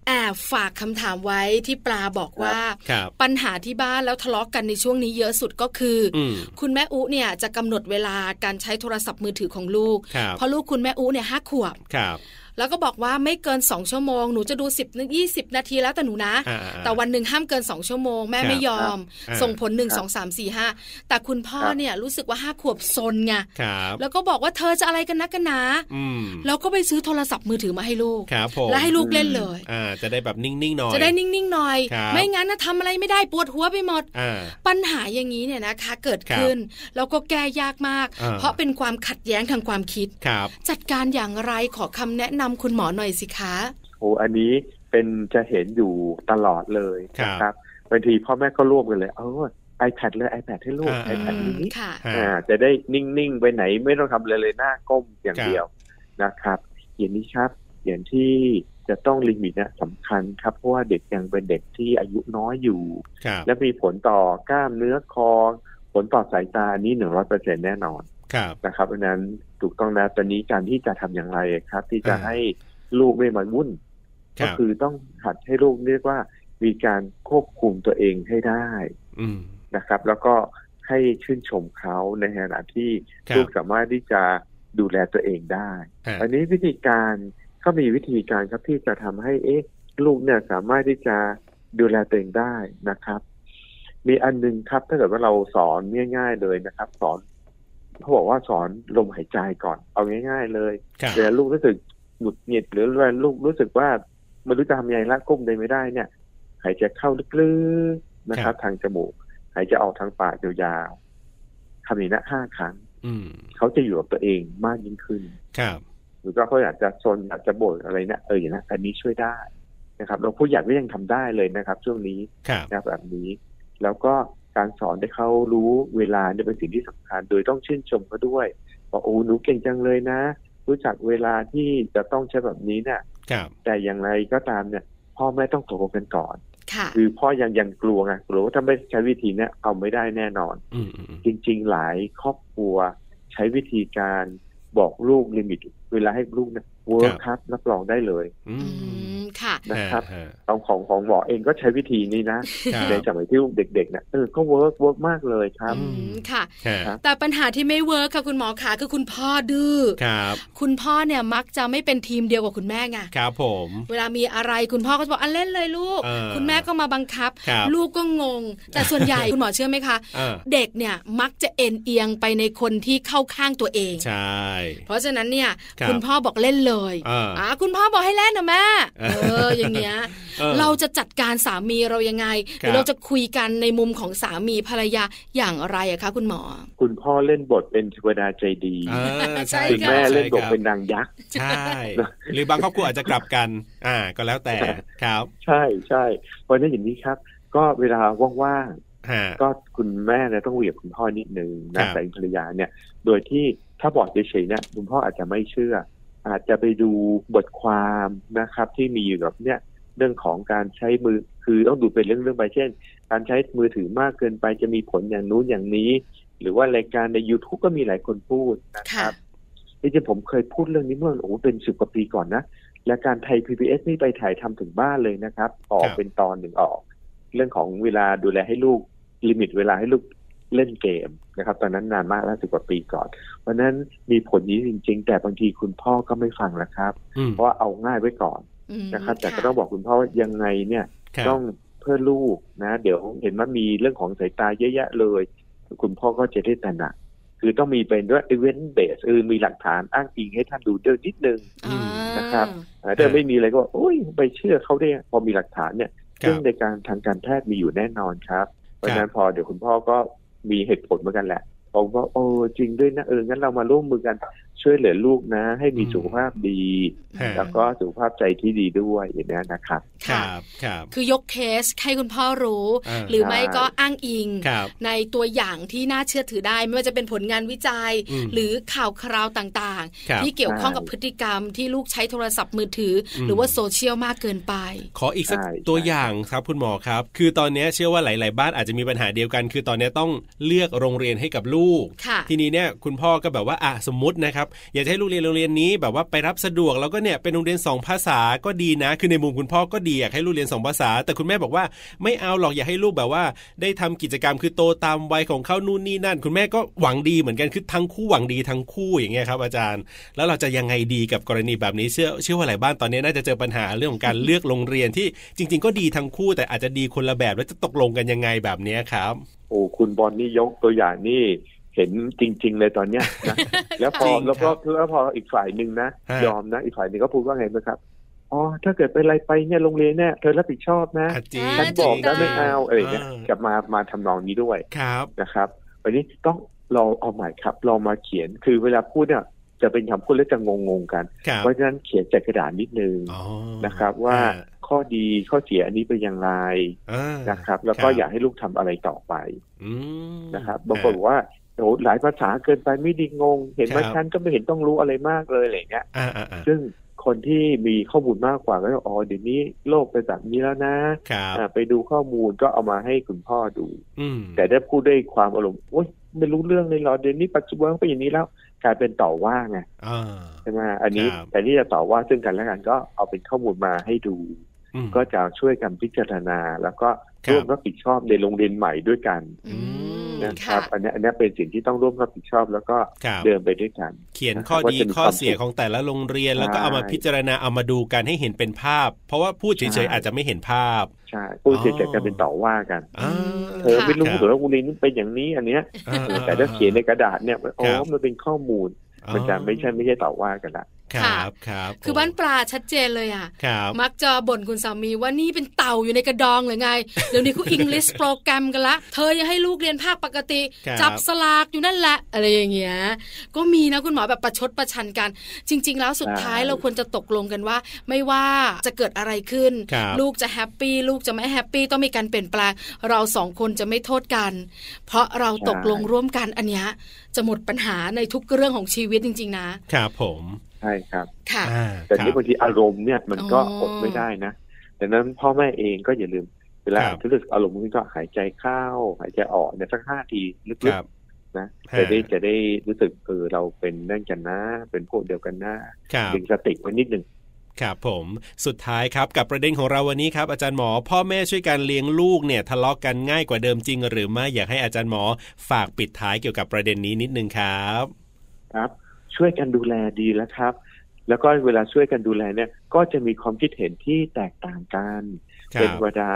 Speaker 1: แอบฝากคำถามไว้ที่ปลาบอกว่า
Speaker 2: ครับ
Speaker 1: ปัญหาที่บ้านแล้วทะเลาะกันในช่วงนี้เยอะสุดก็คืออ
Speaker 2: อืม
Speaker 1: คุณแม่อุเนี่ยจะกำหนดเวลาการใช้โทรศัพท์มือถือของลูก
Speaker 2: ครับ
Speaker 1: เพราะลูกคุณแม่อุเนี่ยห้าขวบ
Speaker 2: ครับ
Speaker 1: แล้วก็บอกว่าไม่เกิน 2 ชั่วโมง หนูจะดู 10บนึงยีนาทีแล้วแต่หนูนะ
Speaker 2: อ่า
Speaker 1: แต่วันหนึ่งห้ามเกิน 2 ชั่วโมง แม่
Speaker 2: ครับ
Speaker 1: ไม่ยอม
Speaker 2: อ่า
Speaker 1: ส่งผล 1 2 3 4 5 แต่คุณพ่อ
Speaker 5: ครับ
Speaker 1: เนี่ยรู้สึกว่าห้าขวบซนไง
Speaker 2: ครับ
Speaker 1: แล้วก็บอกว่าเธอจะอะไรกันนักกันหนา
Speaker 2: อืม
Speaker 1: แล้วก็ไปซื้อโทรศัพท์มือถือมาให้ลูก
Speaker 2: ครับผม
Speaker 1: แล้วให้ลูกเล่นเลย
Speaker 2: อ่าจะได้แบบนิ่งๆหน่อย
Speaker 1: จะได้นิ่งๆหน่อย
Speaker 2: ครับ
Speaker 1: ไม่งั้นนะทำอะไรไม่ได้ปวดหัวไปหมด
Speaker 2: อ่า
Speaker 1: ปัญหาอย่างนี้เนี่ยนะคะ เกิดขึ้น แล้วก็แก้ยากมาก
Speaker 2: อ่า
Speaker 1: เพราะเป็นความขัดแย้งทางความคิด
Speaker 2: ครับ
Speaker 1: จัดการอย่างไรขอคำแนะนำคุณหมอหน่อยสิคะ
Speaker 5: โอ้อันนี้เป็นจะเห็นอยู่ตลอดเลย
Speaker 2: ครับ
Speaker 5: นะครับบางทีพ่อแม่ก็รวบกันเลย เออ iPad เลย iPad ให้ลูก
Speaker 2: อ่า
Speaker 5: iPad
Speaker 1: อืม
Speaker 5: นี้
Speaker 1: ค่ะ
Speaker 2: ฮะ
Speaker 5: อ่า จะได้นิ่ง ๆ ไปไหนไม่ต้องทำอะไรเลยหน้าก้มอย่างเดียวนะครับ อย่างนี้ครับ อย่างที่จะต้องลิมิตนะสำคัญครับ เพราะว่าเด็กยังเป็นเด็กที่อายุน้อยอยู่
Speaker 2: ครับ
Speaker 5: และมีผลต่อกล้ามเนื้อคอ ผลต่อสายตาอันนี้หนึ่งร้อยเปอร์เซ็นแน่นอน
Speaker 2: ครับ
Speaker 5: นะครับเพราะฉะนั้นถูกต้องนะตอนนี้การที่จะทำอย่างไรครับ ที่จะให้ลูกไม่มาวุ่น
Speaker 2: ค
Speaker 5: ก็
Speaker 2: รับ
Speaker 5: คือต้องหัดให้ลูกเรียกว่ามีการควบคุมตัวเองให้ได้
Speaker 2: อืม
Speaker 5: นะครับ แล้วก็ให้ชื่นชมเขาในขณะที่
Speaker 2: ครับ
Speaker 5: ลูกสามารถที่จะดูแลตัวเองได้
Speaker 2: อ่า
Speaker 5: อันนี้วิธีการก็มีวิธีการครับที่จะทำให้เอ๊ะลูกเนี่ยสามารถที่จะดูแลตัวเองได้นะครับ มีอันหนึงครับถ้าเกิดว่าเราสอนง่ายๆเลยนะครับ สอนเขาบอกว่าสอนลมหายใจก่อน เอาง่าย ๆ เลย
Speaker 2: ครับ
Speaker 5: เวลาลูกรู้สึกหงุดหงิดหรือเวลาลูกรู้สึกว่าไม่รู้จะทำยังไงละก้มได้ไม่ได้เนี่ย หายใจเข้าลึกๆนะครับ ทางจมูก หายใจออกทางปากยาวๆทำอย่างนี้นะห้าครั้ง
Speaker 2: อืม
Speaker 5: เขาจะอยู่กับตัวเองมากยิ่งขึ้น
Speaker 2: ครับ
Speaker 5: หรือก็เขาอยากจะซนอยากจะบ่นอะไรเนี่ยเอออย่างนั้นอันนี้ช่วยได้นะครับเราผู้ใหญ่ก็ยังทำได้เลยนะครับ ช่วงนี้
Speaker 2: ครับ
Speaker 5: นะแบบนี้ แล้วก็การสอนให้เขารู้เวลาเนี่ยเป็นสิ่งที่สำคัญ โดยต้องชื่นชมเขาด้วยว่าโอ้หนูเก่งจังเลยนะ รู้จักเวลาที่จะต้องใช้แบบนี้เนี่ย
Speaker 2: ครับ
Speaker 5: แต่อย่างไรก็ตามเนี่ย พ่อแม่ต้องตกลงกันก่อน
Speaker 1: ค่ะ
Speaker 5: คือพ่อยังยังกลัวไงกลัวว่าถ้าไม่ใช้วิธีเนี้ยเอาไม่ได้แน่นอน
Speaker 2: อืมอืมอืม
Speaker 5: จริงๆ หลายครอบครัว ใช้วิธีการบอกลูกลิมิต เวลาให้ลูกนะเวิร์ครับรับรองได้เลย
Speaker 2: อื
Speaker 1: อื
Speaker 2: ม
Speaker 1: มค่ะ
Speaker 5: นะครับ
Speaker 2: ฮะฮะ
Speaker 5: เอาของของหมอเองก็ใช้วิธีนี้นะครับในสมัยที่ลูกเด็กๆนะเออก็เวิร์กเวิร์กมากเลยครับ
Speaker 1: อืมค่ะ
Speaker 2: ฮะ
Speaker 5: ครับ
Speaker 1: แต่ปัญหาที่ไม่เวิร์คค่ะคุณหมอขาคือคุณพ่อดื้อ
Speaker 2: ครับ
Speaker 1: คุณพ่อเนี่ยมักจะไม่เป็นทีมเดียวกับคุณแม่ไง
Speaker 2: ครับผม
Speaker 1: เวลามีอะไรคุณพ่อก็จะบอกอันเล่นเลยลูก
Speaker 2: เออ
Speaker 1: คุณแม่ก็มาบังคับ
Speaker 2: ครับ
Speaker 1: ลูกก็งง แต่ส่วน ใหญ่ คุณหมอเชื่อไหมคะ
Speaker 2: เออ
Speaker 1: เด็กเนี่ยมักจะเอ็นเอียงไปในคนที่เข้าข้างตัวเอง
Speaker 2: ใช่
Speaker 1: เพราะฉะนั้นเนี่ย
Speaker 2: ครับ
Speaker 1: ณพ่อบอกเล่นเลย
Speaker 2: เอออ่
Speaker 1: ะคุณพ่อบอกให้เล่นนะแม่
Speaker 2: เออ
Speaker 1: เอออย่างเงี้ย
Speaker 2: ออ
Speaker 1: เราจะจัดการสามีเรายังไงห
Speaker 2: ครับ
Speaker 1: รือเราจะคุยกันในมุมของสามีภรรยาอย่างไรอะคะคุณหมอ
Speaker 5: คุณพ่อเล่นบทเป็นเทวดาใจดี
Speaker 2: อ่า
Speaker 1: ใช่
Speaker 2: รับ
Speaker 5: คุณแม่เล่นบท
Speaker 2: ใช่ครับ
Speaker 5: เป็นนางยักษ์
Speaker 2: ใช่ หรือบางครอบครัวอาจจะกลับกัน อ่า ก็แล้วแต่ครับ
Speaker 5: ใช่ใช่เพราะฉะนั้นอย่างนี้ครับ ก็เวลาว่าง
Speaker 2: ฮะ
Speaker 5: ๆก็คุณแม่เนี่ยต้องคุยกับคุณพ่อนิดนึง
Speaker 2: ครั
Speaker 5: นะ
Speaker 2: บ
Speaker 5: แต่ภรรยาเนี่ย โดยที่ถ้าบอกเฉยๆเนี่ยคุณพ่ออาจจะไม่เชื่อ อาจจะไปดูบทความนะครับ ที่มีอยู่กับเนี่ยเรื่องของการใช้มือคือต้องดูเป็นเรื่องๆไปเช่น การใช้มือถือมากเกินไปจะมีผลอย่างนู้นอย่างนี้ หรือว่ารายการใน YouTube ก็มีหลายคนพูดนะค
Speaker 1: ค่ะ
Speaker 5: รับจริงๆผมเคยพูดเรื่องนี้เมื่อโอ้โหเป็นสิบกว่าปีก่อนนะรายการไทย PBS นี่ไปถ่ายทำถึงบ้านเลยนะครับ ออก
Speaker 2: ครับ
Speaker 5: เป็นตอนหนึ่งออก เรื่องของเวลาดูแลให้ลูกลิมิตเวลาให้ลูกเล่นเกมนะครับ ตอนนั้นนานมากแล้วสิบกว่าปีก่อน เพราะฉะนั้นมีผลนี้จริง ๆ แต่บางทีคุณพ่อก็ไม่ฟังนะครับ
Speaker 2: อืม
Speaker 5: เพราะว่าเอาง่ายไว้ก่อน
Speaker 1: อืม
Speaker 5: นะครับ แต่ก็ต้องบอกคุณพ่อว่ายังไงเนี่ย
Speaker 2: ครับ
Speaker 5: ต้องเพื่อลูกนะ เดี๋ยวเห็นว่ามีเรื่องของสายตาเยอะแยะเลย คุณพ่อก็จะได้ตระหนักคือต้องมีเป็นด้วย event base คือมีหลักฐานอ้างอิงให้ท่านดูด้วยนิดนึง
Speaker 1: อ่า
Speaker 5: นะครับ อ่าแต่ไม่มีอะไรก็บอกโอ้ยไปเชื่อเขาได้ไงพอมีหลักฐานเนี่ย
Speaker 2: ครับ
Speaker 5: ซึ่งในการทางการแพทย์มีอยู่แน่นอนครับเพราะฉะนั้นพอเดี๋ยวคุณพ่อก็มีเหตุผลเหมือนกันแหละบอกว่าโอ้จริงด้วยนะเอองั้นเรามาร่วมมือกันช่วยเหลือลูกนะ ให้มี
Speaker 2: อืม
Speaker 5: สุขภาพดี
Speaker 2: ฮะ
Speaker 5: แล้วก็สุขภาพใจที่ดีด้วยอย่างนี้ยนะครับ
Speaker 2: ค
Speaker 1: ค่ะ
Speaker 2: รับครับ
Speaker 1: คือยกเคสให้คุณพ่อรู้
Speaker 2: อ่า
Speaker 1: หรือไม่ก็อ้างอิง
Speaker 2: ครับ
Speaker 1: ในตัวอย่างที่น่าเชื่อถือได้ ไม่ว่าจะเป็นผลงานวิจัย
Speaker 2: อืม
Speaker 1: หรือข่าวคราวต่าง
Speaker 2: ครับ
Speaker 1: ๆ ที่เกี่ยวข้องกับ
Speaker 5: ใช่
Speaker 1: พฤติกรรมที่ลูกใช้โทรศัพท์มือถืออ
Speaker 2: ม
Speaker 1: หรือว่าโซเชียลมากเกินไป
Speaker 2: ขออีกสัก
Speaker 5: ใช่
Speaker 2: ตัว
Speaker 5: ใช่
Speaker 2: อย่างครับคุณหมอครับ คือตอนเนี้ยเชื่อว่าหลาย ๆ บ้านอาจจะมีปัญหาเดียวกัน คือตอนเนี้ยต้องเลือกโรงเรียนให้กับลู ลูก
Speaker 1: ค่ะ
Speaker 2: ทีนี้เนี่ยคุณพ่อก็แบบว่าอ่ะสมมตินะครับอยากจะให้ลูกเรียนโรงเรียนนี้แบบว่าไปรับสะดวกแล้วก็เนี่ยเป็นโรงเรียนสองภาษาก็ดีนะ คือในมุมคุณพ่อก็ดีอยากให้ลูกเรียนสองภาษา แต่คุณแม่บอกว่าไม่เอาหรอกอยากให้ลูกแบบว่า ได้ทำกิจกรรมคือโตตามวัยของเขานู่นนี่นั่น คุณแม่ก็หวังดีเหมือนกันคือทั้งคู่หวังดีทั้งคู่อย่างเงี้ยครับอาจารย์ แล้วเราจะยังไงดีกับกรณีแบบนี้เชื่อเชื่อว่าหลายบ้านตอนนี้น่าจะเจอปัญหาเรื่องของการเลือกโรงเรียนที่จริง ๆ ก็ดีทั้งคู่ แต่อาจจะดีคนละแบบแล้วจะตกลงกันยังไงแบบเนี้ยครับ
Speaker 5: โอ้คุณบอลนี่ยกตัวอย่างนี่เห็นจริง ๆ เลยตอนเนี้ยนะ แล้วพอ
Speaker 2: จริง
Speaker 5: แล้ว
Speaker 2: ค
Speaker 5: ก็
Speaker 2: รับ
Speaker 5: แล้วพออีกฝ่ายหนึ่งนะ
Speaker 2: ฮะ
Speaker 5: ยอมนะอีกฝ่ายหนึ่งก็พูดว่าไงนะครับอ๋อถ้าเกิดเป็นอะไรไปเนี่ยโรงเรียนเนี่ยเธอรับผิดชอบนะ
Speaker 2: อ่ะจริง
Speaker 1: อ่า
Speaker 5: ฉันบอก
Speaker 1: จริง
Speaker 5: นะไม่เอาอะไรอย่างเงี้ย
Speaker 2: อ่า
Speaker 5: จะมามาทำนองนี้ด้วย
Speaker 2: ครับ
Speaker 5: นะครับวันนี้ต้องเราเอาใหม่ครับเรามาเขียนคือเวลาพูดเนี่ยจะเป็นคำพูดแล้วจะงงๆกัน
Speaker 2: ครับ
Speaker 5: เพราะฉะนั้นเขียนจากกระดาษนิดนึง
Speaker 2: อ๋อ
Speaker 5: นะครับว่า
Speaker 2: อ่
Speaker 5: ข้อดีข้อเสียอันนี้เป็นอย่างไร
Speaker 2: อ่า
Speaker 5: นะครับ แล้วก็
Speaker 2: ครับ
Speaker 5: อยากให้ลูกทำอะไรต่อไป
Speaker 2: อืม
Speaker 5: นะครับบางคนบอกว่าโอ้โหหลายภาษาเกินไปไม่ดีงง เห็นไหมาฉันก็ไม่เห็นต้องรู้อะไรมากเลยอะไรเงี้ย
Speaker 2: อ่าอ่าอ่า
Speaker 5: ซึ่งคนที่มีข้อมูลมากกว่าก็จะอ๋อเดี๋ยวนี้โลกเป็นแบบนี้แล้วนะครับอ่าไปดูข้อมูลก็เอามาให้คุณพ่อดู
Speaker 2: อืม
Speaker 5: แต่ได้พูดด้วยความอารมณ์โอ๊ยไม่รู้เรื่องเลยเหรอเดี๋ยวนี้ปัจจุบันก็เป็นอย่างนี้แล้วกลายเป็นต่อว่าไง
Speaker 2: อ่า
Speaker 5: ใช่ไหมอันนี้
Speaker 2: ครับ
Speaker 5: แต่ที่จะต่อว่าซึ่งกันและกันก็เอาเป็นข้อมูลมาให้ดู
Speaker 2: อืม
Speaker 5: ก็จะช่วยกันพิจารณา แล้วก็
Speaker 2: ครับ
Speaker 5: ร่วมรับผิดชอบในโรงเรียนใหม่ด้วยกัน
Speaker 1: อืม
Speaker 5: นะค
Speaker 1: ค่ะ
Speaker 5: รับอันเนี้ยอันเนี้ยเป็นสิ่งที่ต้องร่วมรับผิดชอบแล้วก็
Speaker 2: ครับ
Speaker 5: เดินไปด้วยกัน
Speaker 2: เขียนข้อ
Speaker 5: นะครับ
Speaker 2: ดี
Speaker 5: ว่าจะมี
Speaker 2: ข้อ
Speaker 5: ความ
Speaker 2: เสีย
Speaker 5: สุข
Speaker 2: ของแต่ละโรงเรียน
Speaker 5: ใช่
Speaker 2: แล้วก็เอามาพิจารณาเอามาดูกันให้เห็นเป็นภาพ เพราะว่าพูดเฉ
Speaker 5: ใช่
Speaker 2: ยๆอาจจะไม่เห็นภาพ
Speaker 5: ใช่พูดเสร็จ
Speaker 2: อ๋อ
Speaker 5: แต่จะเป็นต่อว่ากัน
Speaker 2: อ่า
Speaker 5: เธอไม่รู้
Speaker 2: ครับ
Speaker 5: เหรือว่าโรงเรียนนี้เป็นอย่างนี้อันเนี้ย
Speaker 2: อ่า
Speaker 5: แต่ถ้าเขียนในกระดาษเนี่ยมัน
Speaker 2: ค
Speaker 5: อ๋อ
Speaker 2: รับ
Speaker 5: มันเป็นข้อมูลมันจะไม่ใช่ไม่ใช่ต่อว่ากันละ
Speaker 2: ครับ
Speaker 1: ค่ะ
Speaker 2: ครับ
Speaker 1: คือบ้านปลาชัดเจนเลยอ่ะ
Speaker 2: ครับ
Speaker 1: มักจะบ่นคุณสามีว่านี่เป็นเต่าอยู่ในกระดองหรือไง เดี๋ยวนี้เขาอิงลิสโปรแกรมกันละ เธอยังให้ลูกเรียนภาคปกติ
Speaker 2: ครับ
Speaker 1: จับสลากอยู่นั่นแหละ อะไรอย่างเงี้ย ก็มีนะคุณหมอแบบประชดประชันกัน จริง ๆ แล้วสุดท้ายเราควรจะตกลงกันว่า ไม่ว่าจะเกิดอะไรขึ้น
Speaker 2: ครับ
Speaker 1: ลูกจะแฮปปี้ลูกจะไม่แฮปปี้ต้องมีการเปลี่ยนแปลงเราสองคนจะไม่โทษกัน เพราะเราตกลงร่วมกันอันเนี้ยจะหมดปัญหาในทุกเรื่องของชีวิตจริง ๆ นะครับ
Speaker 2: ผม
Speaker 5: ใช่ครับ
Speaker 1: ค่ะ
Speaker 2: อ่า
Speaker 5: แต่
Speaker 2: ครั
Speaker 5: นี่
Speaker 2: บ
Speaker 5: บางทีอารมณ์เนี่ยมันก็
Speaker 1: อ๋อ
Speaker 5: อดไม่ได้นะดังนั้นพ่อแม่เองก็อย่าลืมเวลา
Speaker 2: ครับ
Speaker 5: รู้สึกอารมณ์ขึ้นก็หายใจเข้า หายใจออกเนี่ยสักห้าทีลึ
Speaker 2: ค
Speaker 5: ก
Speaker 2: รับ
Speaker 5: ๆนะ
Speaker 2: ฮ
Speaker 5: จะได้จะได้รู้สึกเออเราเป็นนั่นกันนะ เป็นพวกเดียวกันนะครับ ดึงสติไว้นิดหนึ่ง
Speaker 2: ครับผมสุดท้ายครับกับประเด็นของเราวันนี้ครับอาจารย์หมอ พ่อแม่ช่วยการเลี้ยงลูกเนี่ยทะเลาะกันง่ายกว่าเดิมจริง หรือไม่อยากให้อาจารย์หมอฝากปิดท้ายเกี่ยวกับประเด็นนี้นิดนึงครับ
Speaker 5: ครับช่วยกันดูแลดีแล้วครับ แล้วก็เวลาช่วยกันดูแลเนี่ย ก็จะมีความคิดเห็นที่แตกต่างกัน
Speaker 2: ค
Speaker 5: เป็
Speaker 2: รั
Speaker 5: น
Speaker 2: บ
Speaker 5: วดา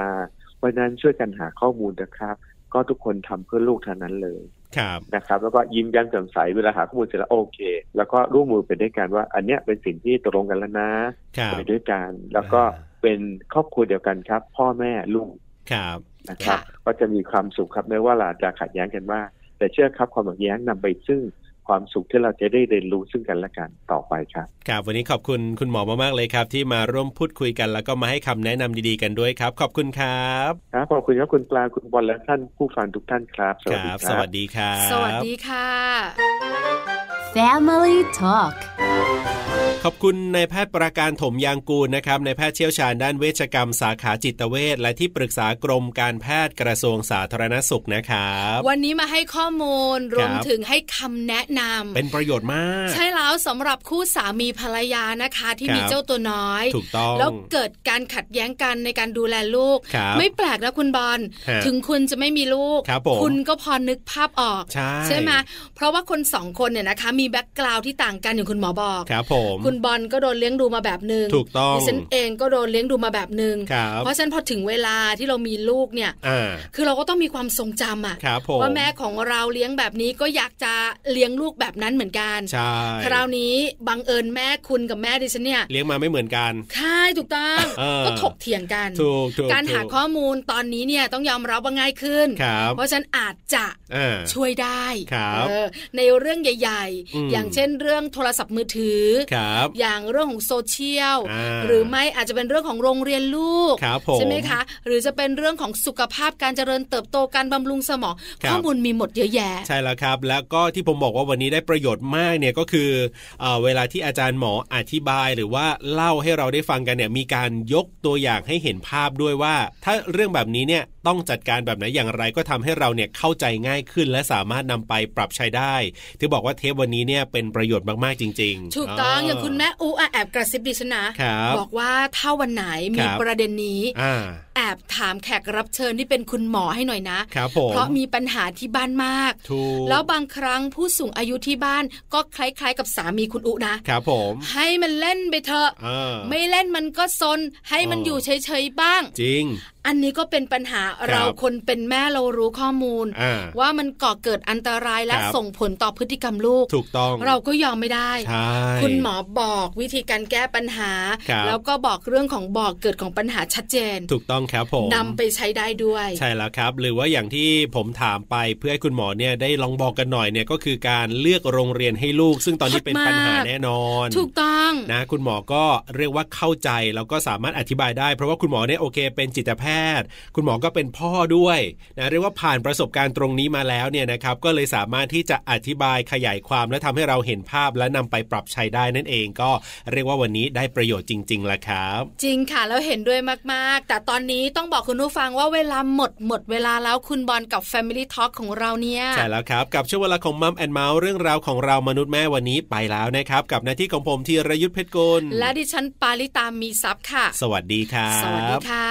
Speaker 5: วันนั้นช่วยกันหาข้อมูลนะครับ ก็ทุกคนทำเพื่อลูกเท่านั้นเลย
Speaker 2: ครับ
Speaker 5: นะครับ แล้วก็ยิ้มแย้มแจ่มใสเวลาหาข้อมูลเสร็จแล้วโอเค แล้วก็ร่วมมือไปด้วยกันว่า อันเนี้ยเป็นสิ่งที่ตกลงกันแล้วนะครับ ไปด้วยกันแล้วก็
Speaker 2: อ่า
Speaker 5: เป็นครอบครัวเดียวกันครับ พ่อแม่ลูก
Speaker 2: ครับ
Speaker 5: นะครับ
Speaker 1: ค่ะ
Speaker 5: ก็จะมีความสุขครับไม่ว่าเราจะขัดแย้งกันมากแต่เชื่อครับความขัดแย้งนำไปซึ่งความสุขที่เราจะได้เรียนรู้ซึ่งกันและกันต่อไปครับ
Speaker 2: ครับวันนี้ขอบคุณคุณหมอมากๆเลยครับ ที่มาร่วมพูดคุยกัน แล้วก็มาให้คำแนะนำดีๆกันด้วยครับ ขอบคุณครับ
Speaker 5: ครับขอบคุณครับคุณปลาคุณบอลและท่านผู้ฟังทุกท่านครับ สวัสดีครับ
Speaker 2: สวัสดีครับ
Speaker 1: สวัสดีค่ะ
Speaker 4: Family Talk
Speaker 2: ขอบคุณนายแพทย์ประการถมยางกูลนะครับนายแพทย์เชี่ยวชาญด้านเวชกรรมสาขาจิตเวชและที่ปรึกษากรมการแพทย์กระทรวงสาธารณสุขนะครับ
Speaker 1: วันนี้มาให้ข้อมูลรวม
Speaker 2: ครับ
Speaker 1: ถึงให้คำแนะนำ
Speaker 2: เป็นประโยชน์มาก
Speaker 1: ใช่แล้วสำหรับคู่สามีภรรยานะคะ ที่
Speaker 2: ครับ
Speaker 1: มีเจ้าตัวน้อย
Speaker 2: ถูกต้อง
Speaker 1: แล้วเกิดการขัดแย้งกันในการดูแลลูก
Speaker 2: ครับ
Speaker 1: ไม่แปลกนะคุณบอล
Speaker 2: ฮะ
Speaker 1: ถึงคุณจะไม่มีลูก
Speaker 2: ครับผม
Speaker 1: ณก็พอนึกภาพออก
Speaker 2: ใช่
Speaker 1: ไหมเพราะว่าคนสองคนเนี่ยนะคะมีแบ็กกราวที่ต่างกันอย่างคุณหมอบอก
Speaker 2: ครับผม
Speaker 1: คุณบอลก็โดนเลี้ยงดูมาแบบหนึ่ง
Speaker 2: ถูกต้อง
Speaker 1: ดิฉันเองก็โดนเลี้ยงดูมาแบบหนึ่ง
Speaker 2: ครับ
Speaker 1: เพราะฉะนั้นพอถึงเวลาที่เรามีลูกเนี่ย
Speaker 2: อ่า
Speaker 1: คือเราก็ต้องมีความทรงจำอะ
Speaker 2: ครับผม
Speaker 1: ว่าแม่ของเราเลี้ยงแบบนี้ก็อยากจะเลี้ยงลูกแบบนั้นเหมือนกัน
Speaker 2: ใช่
Speaker 1: คราวนี้บังเอิญแม่คุณกับแม่ดิฉันเนี่ย
Speaker 2: เลี้ยงมาไม่เหมือนกัน
Speaker 1: ค่ายถูกต้อง
Speaker 2: เออ
Speaker 1: ก็ถกเถียงกัน
Speaker 2: ถูกถูก
Speaker 1: การหา
Speaker 2: ถู
Speaker 1: ข้อมูลตอนนี้เนี่ยต้องยอมรับว่าง่ายขึ้น
Speaker 2: ครับ
Speaker 1: เพราะฉะนันอาจจะ
Speaker 2: อ่า
Speaker 1: ช่วยได้
Speaker 2: ครับ
Speaker 1: เออในเรื่องใหญ่
Speaker 2: อืม
Speaker 1: ๆ อย่างเช่นเรื่องโทรศัพท์มือถือ
Speaker 2: ครับ
Speaker 1: อย่างเรื่องของโซเชียล
Speaker 2: อ่า
Speaker 1: หรือไม่อาจจะเป็นเรื่องของโรงเรียนลูก
Speaker 2: ครับผม
Speaker 1: ใช่ไหมคะ หรือจะเป็นเรื่องของสุขภาพการเจริญเติบโตการบำรุงสมอง
Speaker 2: ครับ
Speaker 1: ข้อมูลมีหมดเยอะแยะ
Speaker 2: ใช่แล้วครับแล้วก็ที่ผมบอกว่าวันนี้ได้ประโยชน์มากเนี่ยก็คือเออเวลาที่อาจารย์หมออธิบายหรือว่าเล่าให้เราได้ฟังกันเนี่ยมีการยกตัวอย่างให้เห็นภาพด้วยว่า ถ้าเรื่องแบบนี้เนี่ย ต้องจัดการแบบไหนอย่างไรก็ทำให้เราเนี่ยเข้าใจง่ายขึ้น และสามารถนำไปปรับใช้ได้ที่บอกว่าเทปวันนี้เนี่ยเป็นประโยชน์มากๆจริงๆ
Speaker 1: ถูกต้องอย่างคุณแม่
Speaker 2: อ
Speaker 1: อูอะแอบกระซิบดิฉันนะครับ บอกว่าถ้าวันไหนมี
Speaker 2: ครับ
Speaker 1: ประเด็นนี้
Speaker 2: อ่า
Speaker 1: แอบถามแขกรับเชิญที่เป็นคุณหมอให้หน่อยนะ
Speaker 2: ครับผม
Speaker 1: เพราะมีปัญหาที่บ้านมาก
Speaker 2: ถูก
Speaker 1: แล้วบางครั้งผู้สูงอายุที่บ้านก็คล้ายๆ กับสามีคุณอุนะ
Speaker 2: ครับผม
Speaker 1: ให้มันเล่นไปเถอะ
Speaker 2: อ่า
Speaker 1: ไม่เล่นมันก็ซน ให้มัน
Speaker 2: อ๋อ
Speaker 1: อ
Speaker 2: อ
Speaker 1: ยู่เฉยๆบ้าง
Speaker 2: จริง
Speaker 1: อันนี้ก็เป็นปัญหา
Speaker 2: ครับ
Speaker 1: เราคนเป็นแม่เรารู้ข้อมูล
Speaker 2: อ่า
Speaker 1: ว่ามันก่อเกิดอันตรายและ
Speaker 2: ครับ
Speaker 1: ส่งผลต่อพฤติกรรมลูก
Speaker 2: ถูกต้อง
Speaker 1: เราก็ยอมไม่ได้
Speaker 2: ใช่
Speaker 1: คุณหมอบอกวิธีการแก้ปัญหา
Speaker 2: ครับ
Speaker 1: แล้วก็บอกเรื่องของบอกเกิดของปัญหาชัดเจน
Speaker 2: ถูกต้องครับผม
Speaker 1: นำไปใช้ได้ด้วย
Speaker 2: ใช่แล้วครับ หรือว่าอย่างที่ผมถามไปเพื่อให้คุณหมอเนี่ยได้ลองบอกกันหน่อยเนี่ยก็คือการเลือกโรงเรียนให้ลูก ซึ่งตอนนี้เป็นปัญหาแน่นอน
Speaker 1: ถูกต้อง
Speaker 2: นะคุณหมอก็เรียกว่าเข้าใจแล้วก็สามารถอธิบายได้ เพราะว่าคุณหมอเนี่ยโอเค เป็นจิตแพทย์ คุณหมอก็เป็นพ่อด้วยนะเรียกว่าผ่านประสบการณ์ตรงนี้มาแล้วเนี่ยนะครับก็เลยสามารถที่จะอธิบายขยายความและทำให้เราเห็นภาพและนำไปปรับใช้ได้นั่นเอง ก็เรียกว่าวันนี้ได้ประโยชน์จริงๆละครับ
Speaker 1: จริงค่ะแล้วเห็นด้วยมากๆ แต่ตอนนี้ต้องบอกคุณผู้ฟังว่าเวลาหมดหมดเวลาแล้วคุณบอลกับ Family Talk ของเราเนี่ย
Speaker 2: ใช่แล้วครับ กับช่วงเวลาของมัมแอนเมาส์เรื่องราวของเรามนุษย์แม่วันนี้ไปแล้วนะครับ กับหน้าที่ของผมธีรยุทธเพชรกุล
Speaker 1: และดิฉันปาริตามีซับค่ะ
Speaker 2: สวัสดีครับ
Speaker 1: สวัสดีค่ะ